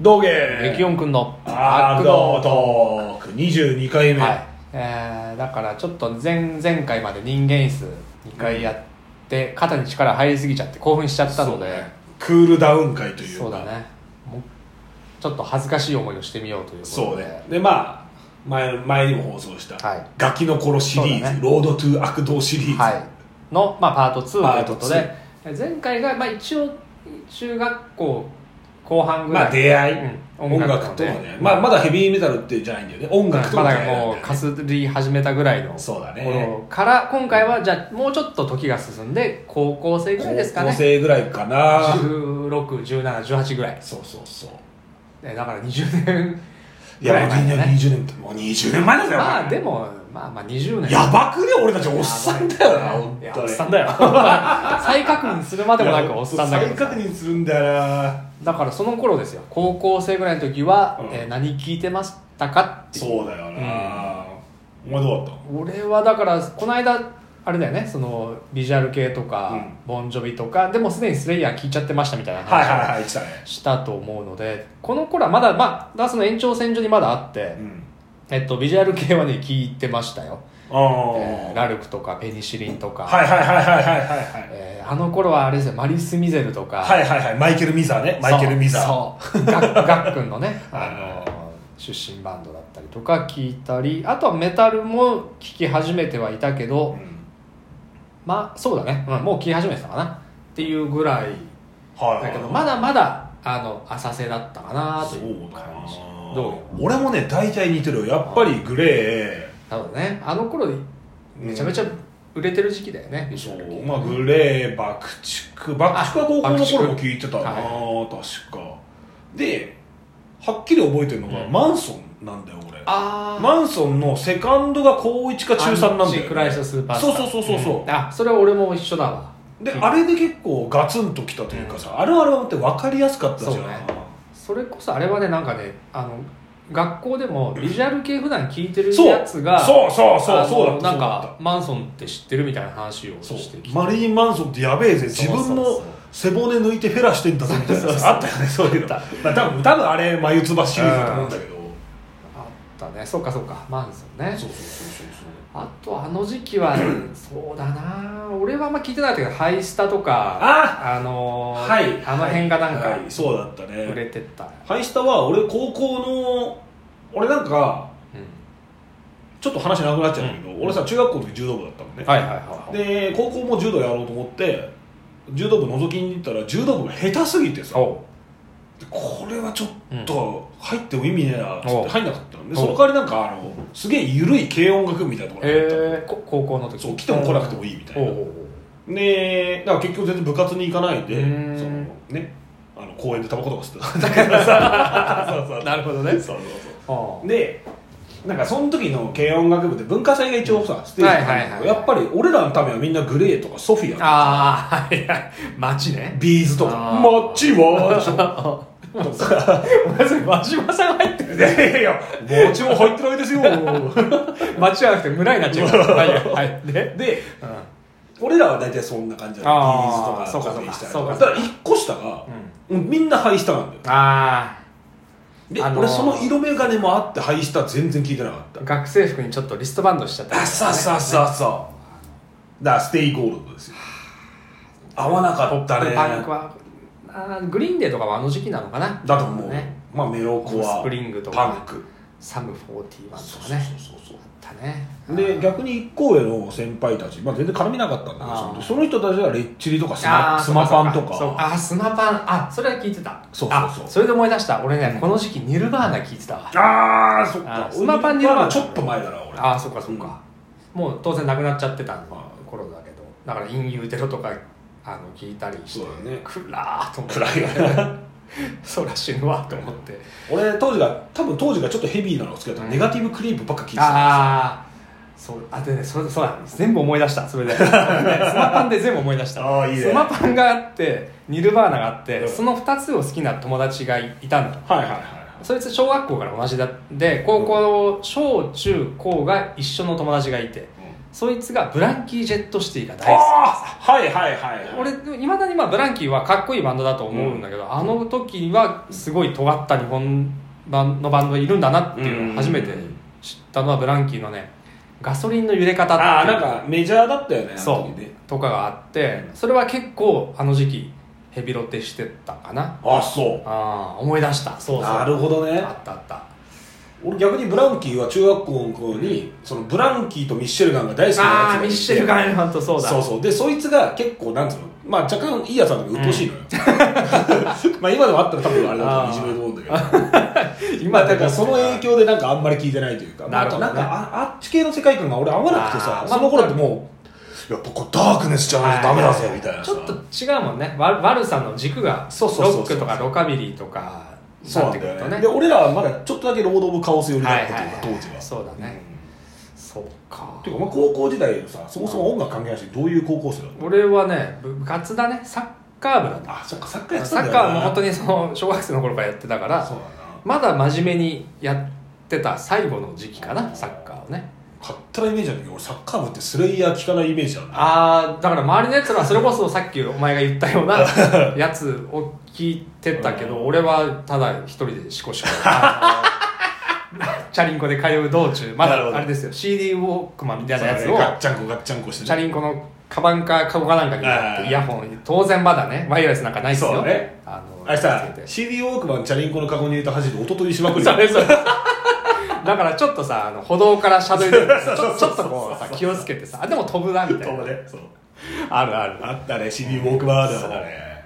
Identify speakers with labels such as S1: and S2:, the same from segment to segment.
S1: 道芸
S2: 激音くんの
S1: アードトーク22回目、
S2: はい、えーだからちょっと前前回まで人間椅子2回やって、肩に力入りすぎちゃって興奮しちゃったので
S1: クールダウン会と
S2: そう,、
S1: いうか
S2: だねもうちょっと恥ずかしい思いをしてみようということで
S1: そうねでまあ前前にも放送した、
S2: はい
S1: ガキの頃シリー
S2: そうだ
S1: ズ、
S2: ね
S1: ロードトゥ悪道シリーズ、
S2: はい、の、まあ、パート2ということ
S1: パー
S2: で前回が、まあ、一応中学校後半ぐらい、
S1: まあ出会い、
S2: うん
S1: 音
S2: 音楽
S1: 楽とはね、
S2: ね
S1: まあ、まだヘビーメタルってじゃないんだよね音楽と
S2: ま
S1: の出会
S2: だ
S1: いなんだよ
S2: も
S1: ね
S2: うかすり始めたぐらいの
S1: そうだね
S2: 頃から今回はじゃあもうちょっと時が進んで高校生ぐらいですか
S1: 高校
S2: ね
S1: 生ぐらいかな
S2: 161718ぐらい
S1: そうそうそう
S2: えだから20年
S1: いやもう
S2: ぐらい前だね
S1: 20年ってもう20年前ですよ
S2: まあでもまあまあ20年
S1: やばくね俺たちおっさんだよな本
S2: いや
S1: 当
S2: おっ
S1: に
S2: さんだよ再確認するまでもなくおっさんだけど
S1: 再確認するんだよな
S2: だからその頃ですよ高校生ぐらいの時は、
S1: うん
S2: えー何聞いてましたかって
S1: そうだよな、お前どうだっ
S2: 俺はだからこの間あれだよねそのビジュアル系とか、
S1: うん
S2: ボンジョビとかでもすでにスレイヤー聞いちゃってましたみたいな
S1: たはいはい
S2: 話を
S1: はい来たね
S2: したと思うのでこの頃はまだまあだからその延長線上にまだあって、
S1: うん
S2: えっと、ビジュアル系はね聞いてましたよ、
S1: ああ、
S2: えーラルクとかペニシリンとか、
S1: はいはいはいはいはいはいはい
S2: えーあの頃はあれですよマリス・ミゼルとか、
S1: はいはいはいマイケル・ミザーねマイケル・ミザー
S2: そうそうガッガックンのね
S1: はい
S2: あの出身バンドだったりとか聞いたりあとはメタルも聴き始めてはいたけど、
S1: ん
S2: まあそうだね、うんもう聴き始めてたかなっていうぐらい
S1: はいはい
S2: だけどまだまだあの浅瀬だったかなという感じ
S1: そうだな
S2: どうよ
S1: 俺もね大体似てるよやっぱりグレ
S2: なのでねあの頃
S1: ー
S2: めちゃめち
S1: ゃ
S2: ゃ売れてる時期だよね、
S1: そうまあグレー爆竹爆竹は高校の頃も聞いてたな、確かではっきり覚えてるのが、
S2: うん
S1: マンソンなんだよ俺
S2: ああ
S1: マンソンのセカンドが高1か中3なんだよ、ね、
S2: クライストスーパースター
S1: そうそうそうそうそう
S2: うんあそれは俺も一緒だわ
S1: であれで結構ガツンときたというかさ、あるあるはって分かりやすかったじゃん
S2: そうねそれこそあれはねなんかねあの学校でもビジュアル系普段聞いてる
S1: そう
S2: やつが
S1: そうそうそう
S2: あの
S1: そうだった
S2: なんかマンソンって知ってるみたいな話を
S1: そう
S2: してきて
S1: マリーン・マンソンってやべえぜ自分
S2: そうそう
S1: の背骨抜いてフェラしてんだぞみたいなさあったよねそういうの、まあ、多分多分あれ眉唾シリーズだと思うんだけど
S2: あったねそうかそうかマンソンね
S1: そうそうそうそう
S2: あとあの時期は そうだな俺はあんま聞いてないけどハイスタとか
S1: あ
S2: あのー
S1: はい
S2: あの辺がなんか
S1: はいそうだったね
S2: 売れてった、
S1: ハイスタは俺高校の俺なんか
S2: うん
S1: ちょっと話なくなっちゃうんだけど、
S2: うん
S1: 俺さ中学校の時柔道部だったもんね、
S2: はいはいはいはい
S1: で高校も柔道やろうと思って柔道部覗きに行ったら柔道部が下手すぎてさ
S2: おう
S1: これはちょっと入っても意味ねえなっつっ
S2: お
S1: て
S2: う
S1: 入んなかったので
S2: おう
S1: その代わりなんかあのすげえ緩い軽音楽部みたいなところに入ったの
S2: えー、こ高校の時
S1: そう来ても来なくてもいいみたい
S2: おう
S1: な
S2: おう
S1: でだから結局全然部活に行かないで
S2: うーん
S1: そのねあの公園でタバコとか吸ってた んだけどさそうそ
S2: お
S1: う
S2: うなるほどね
S1: そうそうそう
S2: おう
S1: でなんかその時の軽音楽部って文化祭が一応さ、ステージがあるんだけど
S2: はいはいはい
S1: やっぱり俺らのためはみんなグレーとかソフィアとか
S2: ああはいはい街ね
S1: ビーズとか
S2: あー
S1: マッチはでしょとか
S2: お前それ輪島さん入ってる
S1: いやいやい やマッチも入ってないですよ
S2: 街じゃなくて村になっちゃうからはいはいで、
S1: で
S2: うん、
S1: 俺らは大体そんな感じだ
S2: あー
S1: ビーズとかソフィーしたりとか
S2: そうかそうか
S1: だから1個下が、うんみんなハイスタなんだよ
S2: あ
S1: で、
S2: あのー
S1: 俺その色眼鏡もあってハイスタ全然聞いてなかった
S2: あ学生服にちょっとリストバンドしちゃったりとかね
S1: そうそうそうそうだからステイゴールドですよ合わなかったね
S2: パンクはあーグリーンデーとかはあの時期なのかな
S1: だと思う、
S2: ね
S1: まあメロコア
S2: スプリングと
S1: パ
S2: か
S1: ンク
S2: サム41
S1: そ
S2: と
S1: う
S2: か
S1: そう
S2: ね
S1: そうそう
S2: あったね
S1: で逆に一校への先輩たち、まあ、全然絡みなかったんだけど
S2: あー
S1: その時その人たちはレッチリとかス
S2: あ
S1: マ
S2: ー
S1: スマパンと
S2: そう
S1: か
S2: あースマパンあそれは聞いてた
S1: そうそうそう
S2: あそれで思い出した俺ねこの時期ニルバーナ聞いてたわ
S1: ああそっか
S2: あースマパンには
S1: まあちょっと前だな俺
S2: ああそっかそっか、もう当然なくなっちゃってた頃だけどだから「陰ユーテロ」とかあの聞いたりし
S1: そ
S2: て
S1: うだね
S2: くらーと思って
S1: 暗いよね
S2: そら死ぬわと思って
S1: 俺当時が多分当時がちょっとヘビーなのをつけた、
S2: うん
S1: ネガティブクリープばっか聞いてた
S2: ああそうあでねそれそうだ全部思い出したそれで そうねスマパンで全部思い出した
S1: あーいいね
S2: スマパンがあってニルバーナがあって、
S1: うん
S2: その2つを好きな友達がいいたんだ
S1: はいはいはい
S2: そいつ小学校から同じだで高校、小中高が一緒の友達がいて、
S1: うん
S2: そいつがブランキー・ジェット・シティが
S1: あ
S2: 大好き
S1: あーはいはいはい
S2: 俺いまだにまあブランキーはかっこいいバンドだと思うんだけど、あの時はすごい尖った日本版のバンドがいるんだなっていうのを初めて知ったのはブランキーのね「ガソリンの揺れ方」
S1: ああ
S2: ってい
S1: なん
S2: う
S1: かメジャーだったよねあの時
S2: そう
S1: ね
S2: とかがあってそれは結構あの時期ヘビロテしてたかな
S1: あそう
S2: ああ思い出したそうそう
S1: なるほどね
S2: あったあった
S1: 俺逆にブランキーは中学校の頃にそのブランキーとミッシェルガンが大好きなやつがい
S2: ああ
S1: て
S2: ミッシェル・ガンハントそうだ
S1: そうそうでそいつが結構なんつうのまあ若干いいやつなんだけど鬱陶しいのよ、 まあ今でもあったら多分あれだといじめると思うんだけど今だからその影響でなんかあんまり聞いてないというかまあ
S2: なるほどね
S1: あとなんかああっち系の世界観が俺合わなくて
S2: あ
S1: さ
S2: ー
S1: その頃ってもうやっぱこうダークネスじゃないとダメだぜみたいな
S2: ち
S1: さ
S2: ょっと違うもんねわ悪さの軸が
S1: そうそうそうそう
S2: ロックとかロカビリーとか
S1: そうなん
S2: ってく
S1: だ
S2: る
S1: よ
S2: と
S1: ねで俺らはまだちょっとだけロード・オブ・カオス寄りだったというか、
S2: はいはいはい
S1: 当時は
S2: そうだね
S1: ん
S2: そうか
S1: ていうかお前高校時代のさそもそも音楽関係ないしどういう高校生だったの
S2: 俺はね部活だねサッカー部なんだ
S1: あそっかサッカーやって
S2: サ
S1: たん
S2: ッ
S1: だよ
S2: カ
S1: な
S2: ーも本当にその小学生の頃からやってたから
S1: そうだな
S2: まだ真面目にやってた最後の時期かなサッカーをね
S1: 勝手なイメージだけど俺サッカー部ってスレイヤー聞かないイメージだな
S2: ああだから周りのやつらはそれ こそさっきお前が言ったようなやつを聞いてたけど俺はただ一人でシコ シコあのチャリンコで通う道中ま
S1: なるほ
S2: だ
S1: ど
S2: あれですよ CD ウォークマンみたいなやつ
S1: ガッ
S2: を
S1: チャンコガッチャンコして
S2: チャリンコのカバンかカゴかなんかに入れてイヤホン当然まだねワイヤレスなんかないっす
S1: そ
S2: よ
S1: うね
S2: あの
S1: あれさ
S2: つけて
S1: CD ウォークマンチャリンコのカゴに入れた走りおとといしまくる
S2: そ
S1: よ
S2: れそれだからちょっとさあの歩道から車道に出てちょちょっとこうさ気をつけてさあでも飛ぶなみたいな
S1: ねそう
S2: あるある
S1: あったね CD ウォークマンあるあるね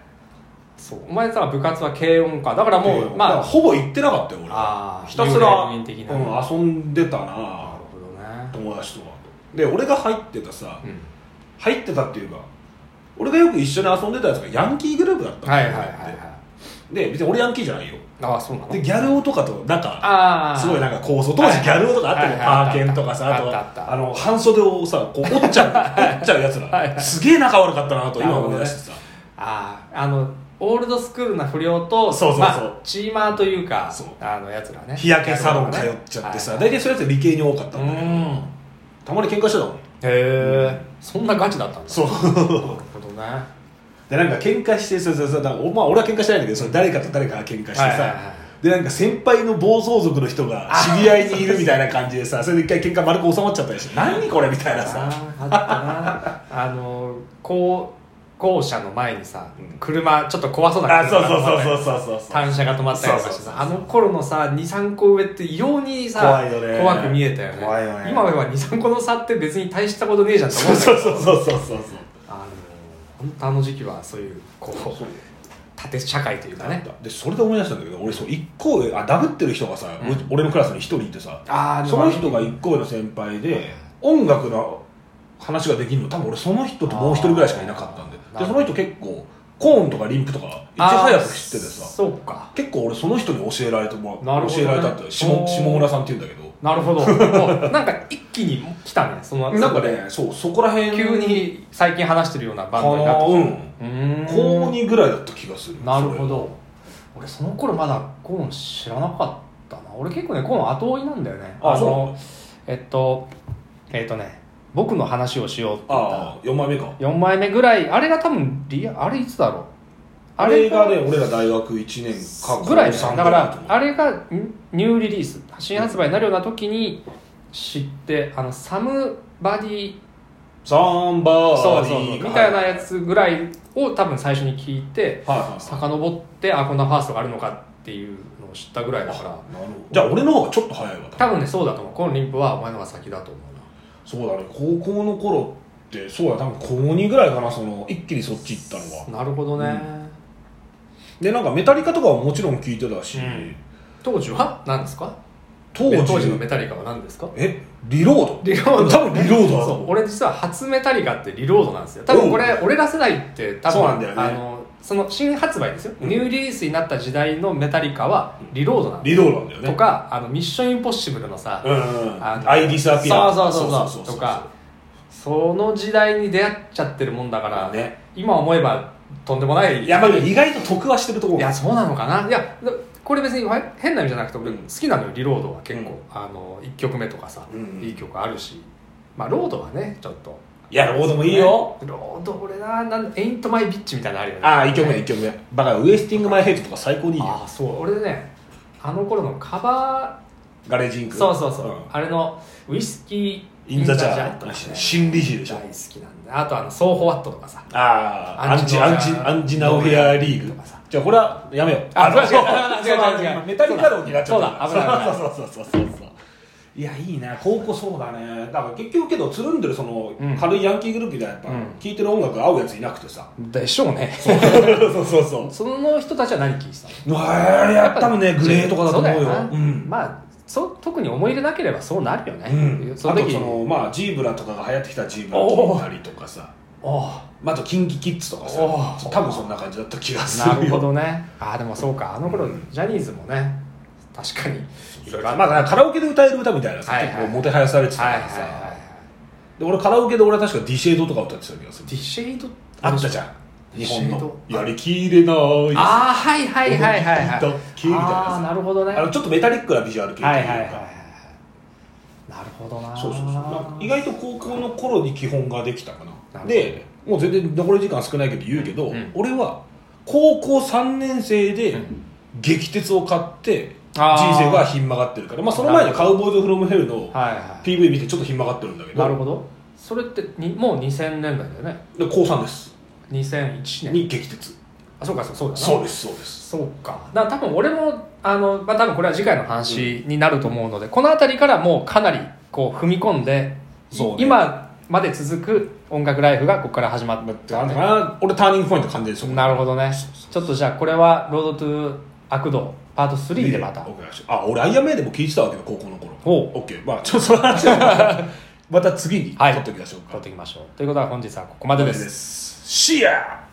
S2: そうお前さ部活は軽音かだからもう
S1: まあ
S2: まあ
S1: ほぼ行ってなかったよ俺
S2: あー
S1: ひたすら、
S2: 幽霊的な
S1: うん、遊んでた
S2: な
S1: な
S2: るほどね
S1: 友達とかとで俺が入ってたさ、
S2: うん
S1: 入ってたっていうか俺がよく一緒に遊んでたやつがヤンキーグループだったの
S2: はいはいはいはい
S1: で別に俺ヤンキーじゃないよ
S2: ああそうなの
S1: でギャル男とかとなんか
S2: ああ
S1: すごいなん
S2: か
S1: か構想当時ギャル男とかあっても
S2: はいはい
S1: パーケンとかさあと
S2: あったあった
S1: はあの半袖をさこう折っちゃう折っちゃうやつ
S2: はいは
S1: らすげえ仲悪かったなと今思い出してさ
S2: あああのオールドスクールな不良と
S1: そうそうそう
S2: まあチーマーというか
S1: そう
S2: あのやつらね
S1: 日焼けサロン通っちゃってさ
S2: はいは
S1: 大
S2: い
S1: 体そういうやつ理系に多かったんだけど
S2: うん
S1: たまに喧嘩してたもん
S2: へえそんなガチだったんだ
S1: そう
S2: なるほどねは
S1: でなんか喧嘩してそうそうそうなんかおまあ俺は喧嘩してないんだけどその誰かと誰かが喧嘩して
S2: いはい
S1: さ
S2: は
S1: でなんか先輩の暴走族の人が知り合いにいるみたいな感じでさそれで一回喧嘩丸く収まっちゃったりして何これみたい
S2: い
S1: なさ
S2: ああったなあの校校舎の前にさ
S1: うん
S2: 車ちょっと怖そうな
S1: あ
S2: 車
S1: そう
S2: が
S1: そう
S2: 止まって
S1: そうそうそうそう
S2: 単車が止まったりとかして
S1: そうそうそう
S2: さあの頃のさ23個上って異様にさ
S1: 怖いよね
S2: 怖く見えたよね
S1: 怖いよね
S2: 今は23個の差って別に大したことねえじゃんと思
S1: そううん
S2: だけ
S1: そう
S2: ど
S1: そうそうそうそう
S2: あの本当あの時期はそういうこう縦社会というかね
S1: でそれで思い出したんだけど俺そう1個上あダブってる人がさ、
S2: うん
S1: 俺俺のクラスに1人いてさ
S2: ああ
S1: その人が1個上の先輩で音楽の話ができるの多分俺その人ともう1人ぐらいしかいなかったんで
S2: あー
S1: でその人結構コーンとかリンプとかいち早く知っててさ
S2: そうか
S1: 結構俺その人に教えられても
S2: なるほど
S1: 教
S2: ね
S1: えられたって下
S2: おー
S1: 下村さんって言うんだけど
S2: なる ほどもうなんか一気に来たねその
S1: なんかねそうそこら辺
S2: 急に最近話してるようなバ
S1: か
S2: ンドにな
S1: な
S2: って
S1: うん
S2: うーん
S1: 高2ぐらいだった気がする
S2: なるほど俺その頃まだコーン知らなかったな俺結構ねコーン後追いなんだよね
S1: あ
S2: のえっとえっとね僕の話をしようって言っ
S1: あ
S2: た
S1: あ4枚目か
S2: 4枚目ぐらいあれが多分リアあれいつだろう
S1: あれがね、俺ら大学1年か
S2: ぐらい
S1: 高
S2: だ
S1: 三
S2: よだから
S1: と思う
S2: あれがんニューリリース新発売になるような時に知ってあのサムバディ
S1: サンバ
S2: そう
S1: ーデ
S2: そう
S1: ィー
S2: みたいなやつぐらいを多分最初に聞いて
S1: はいはいはい
S2: 遡ってあこんなファーストがあるのかっていうのを知ったぐらいだから
S1: なるほどじゃあ俺の方がちょっと早いわ
S2: 多分ねそうだと思うこのリンプはお前のが先だと思うな
S1: そうだね高校の頃ってそうだ多分高2ぐらいかなその一気にそっち行ったのは
S2: なるほどね、
S1: でなんかメタリカとかはもちろん聞いてたし、
S2: うん当時は何ですか
S1: 当時
S2: ね当時のメタリカは何ですか
S1: えリロード
S2: リロード
S1: 多分リロードだ
S2: そう俺実は初メタリカってリロードなんですよ多分これ俺ら世代って多分
S1: そうなんだよね
S2: あのその新発売ですよ、
S1: うん
S2: ニューリリースになった時代のメタリカはリロードなんで
S1: リロードなんだよ
S2: す
S1: ね
S2: とかあのミッションインポッシブルのさ、
S1: うんうんうん
S2: あの
S1: アイディスアピア
S2: そうそうそうそうとかその時代に出会っちゃってるもんだから、
S1: ね
S2: 今思えばとんでもない
S1: いやまあ意外と得はしてると思う
S2: いやそうなのかないやだこれ別に変変な意味じゃなくて俺
S1: うん
S2: 好きなのよリロードは結構、
S1: うん
S2: あの1曲目とかさ、
S1: うんうん
S2: いい曲あるしまあロードはねちょっと
S1: いやロードもいいよ、
S2: ねロード俺ななんエイントマイビッチみたいなのあるよね
S1: ああ1曲目1曲目バカウエスティングマイヘッドとか最高にいいよ
S2: ああそう俺ねあの頃のカバ
S1: ガレージイン
S2: ー
S1: ク
S2: そうそうそう、
S1: ん
S2: あれのウイスキー
S1: インザチャ
S2: イン
S1: ー
S2: とかね
S1: 新理事でし
S2: 大
S1: ょ
S2: 好きなんだあとあのソーホワットとかさ
S1: ああアンチ
S2: ア
S1: ア
S2: ン
S1: ン
S2: チ
S1: チ
S2: ノ
S1: アンチナウヘアリーグ
S2: とかさ
S1: じゃあこれはやめよう
S2: あそう
S1: そうそう
S2: 違う違う違う違う
S1: 今メタリカローになっちゃった
S2: そうだ危ない危ない
S1: そうそうそうそうそうそういやいいね高校そうだねだから結局けどつるんでるその
S2: うん
S1: 軽いヤンキーグループではやっぱ
S2: うん
S1: 聴いてる音楽合うやついなくて さ
S2: でしょうね
S1: そうそうそう
S2: その人たちは何聞いてた の
S1: うわーいや多分ねグレーとかだと思う
S2: そ
S1: よ
S2: だな
S1: うん
S2: まあそう特に思い入れなければそうなるよね、
S1: うん、あ
S2: その
S1: と
S2: 時
S1: そのまあジーブラとかが流行ってきたジーブラ聴いたりとかさ
S2: あ
S1: まああとキンキキッズとかさ
S2: おー
S1: 多分そんな感じだった気が
S2: あ
S1: する
S2: な
S1: よ
S2: るほどねああでもそうかあの頃、
S1: うん
S2: ジャニーズもね確かに
S1: いろいろまあだからカラオケで歌える歌みたいなさ、
S2: はいはい
S1: 結構もてはやされてたか
S2: はいはい
S1: らさ、
S2: はいはい
S1: で俺カラオケで俺は確かディシェードとか歌ってた気がする
S2: ディシェイド
S1: あったじゃん
S2: ディ
S1: 日
S2: シェード
S1: 本のやりきれない
S2: ああはいはいはいはいはい
S1: ドキドキみたいな
S2: ああなるほどね
S1: あのちょっとメタリックなビジュアル系というか、
S2: はいはいはいはいなるほどな
S1: そうそうそうなんか意外と高校の頃に基本ができたか
S2: なる
S1: な
S2: ほど
S1: でもう全然残り時間少ないけど言うけど、
S2: うん
S1: 俺は高校3年生で
S2: うん
S1: 激鉄を買って人
S2: あー
S1: 生がひん曲がってるからまあその前の「カウボーイズ・フロム・ヘル」の
S2: はいは
S1: PV 見てちょっとひん曲がってるんだけ
S2: いなる
S1: ど
S2: ほどそれってにもう2000年代だよね
S1: で高3です
S2: 2001年
S1: に激鉄
S2: あそうかそうそうだな
S1: そうですそうです
S2: そうかだから多分俺もあの、まあ、多分これは次回の話になると思うので、この辺りからもうかなりこう踏み込んで、い
S1: そうね
S2: 今まで続く音楽ライフがここから始まっ
S1: であ
S2: た
S1: んのかな俺ターニングポイント完全にそこ
S2: なるほどねちょっとじゃあこれは「ロードトゥ悪道パート3」でまた
S1: オッケーあ俺アイアンメイでも聞いてたわけだ高校の頃
S2: おう
S1: オッケーまあちょっとその話 はまた次に
S2: はい
S1: 取っておきましょうか、
S2: 撮っていきましょうということは本日はここまでです
S1: すシアー